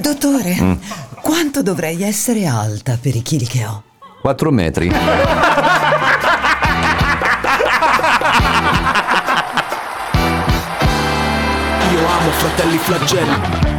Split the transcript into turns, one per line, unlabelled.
Dottore, quanto dovrei essere alta per i chili che ho?
4 metri.
Io amo fratelli flagelli.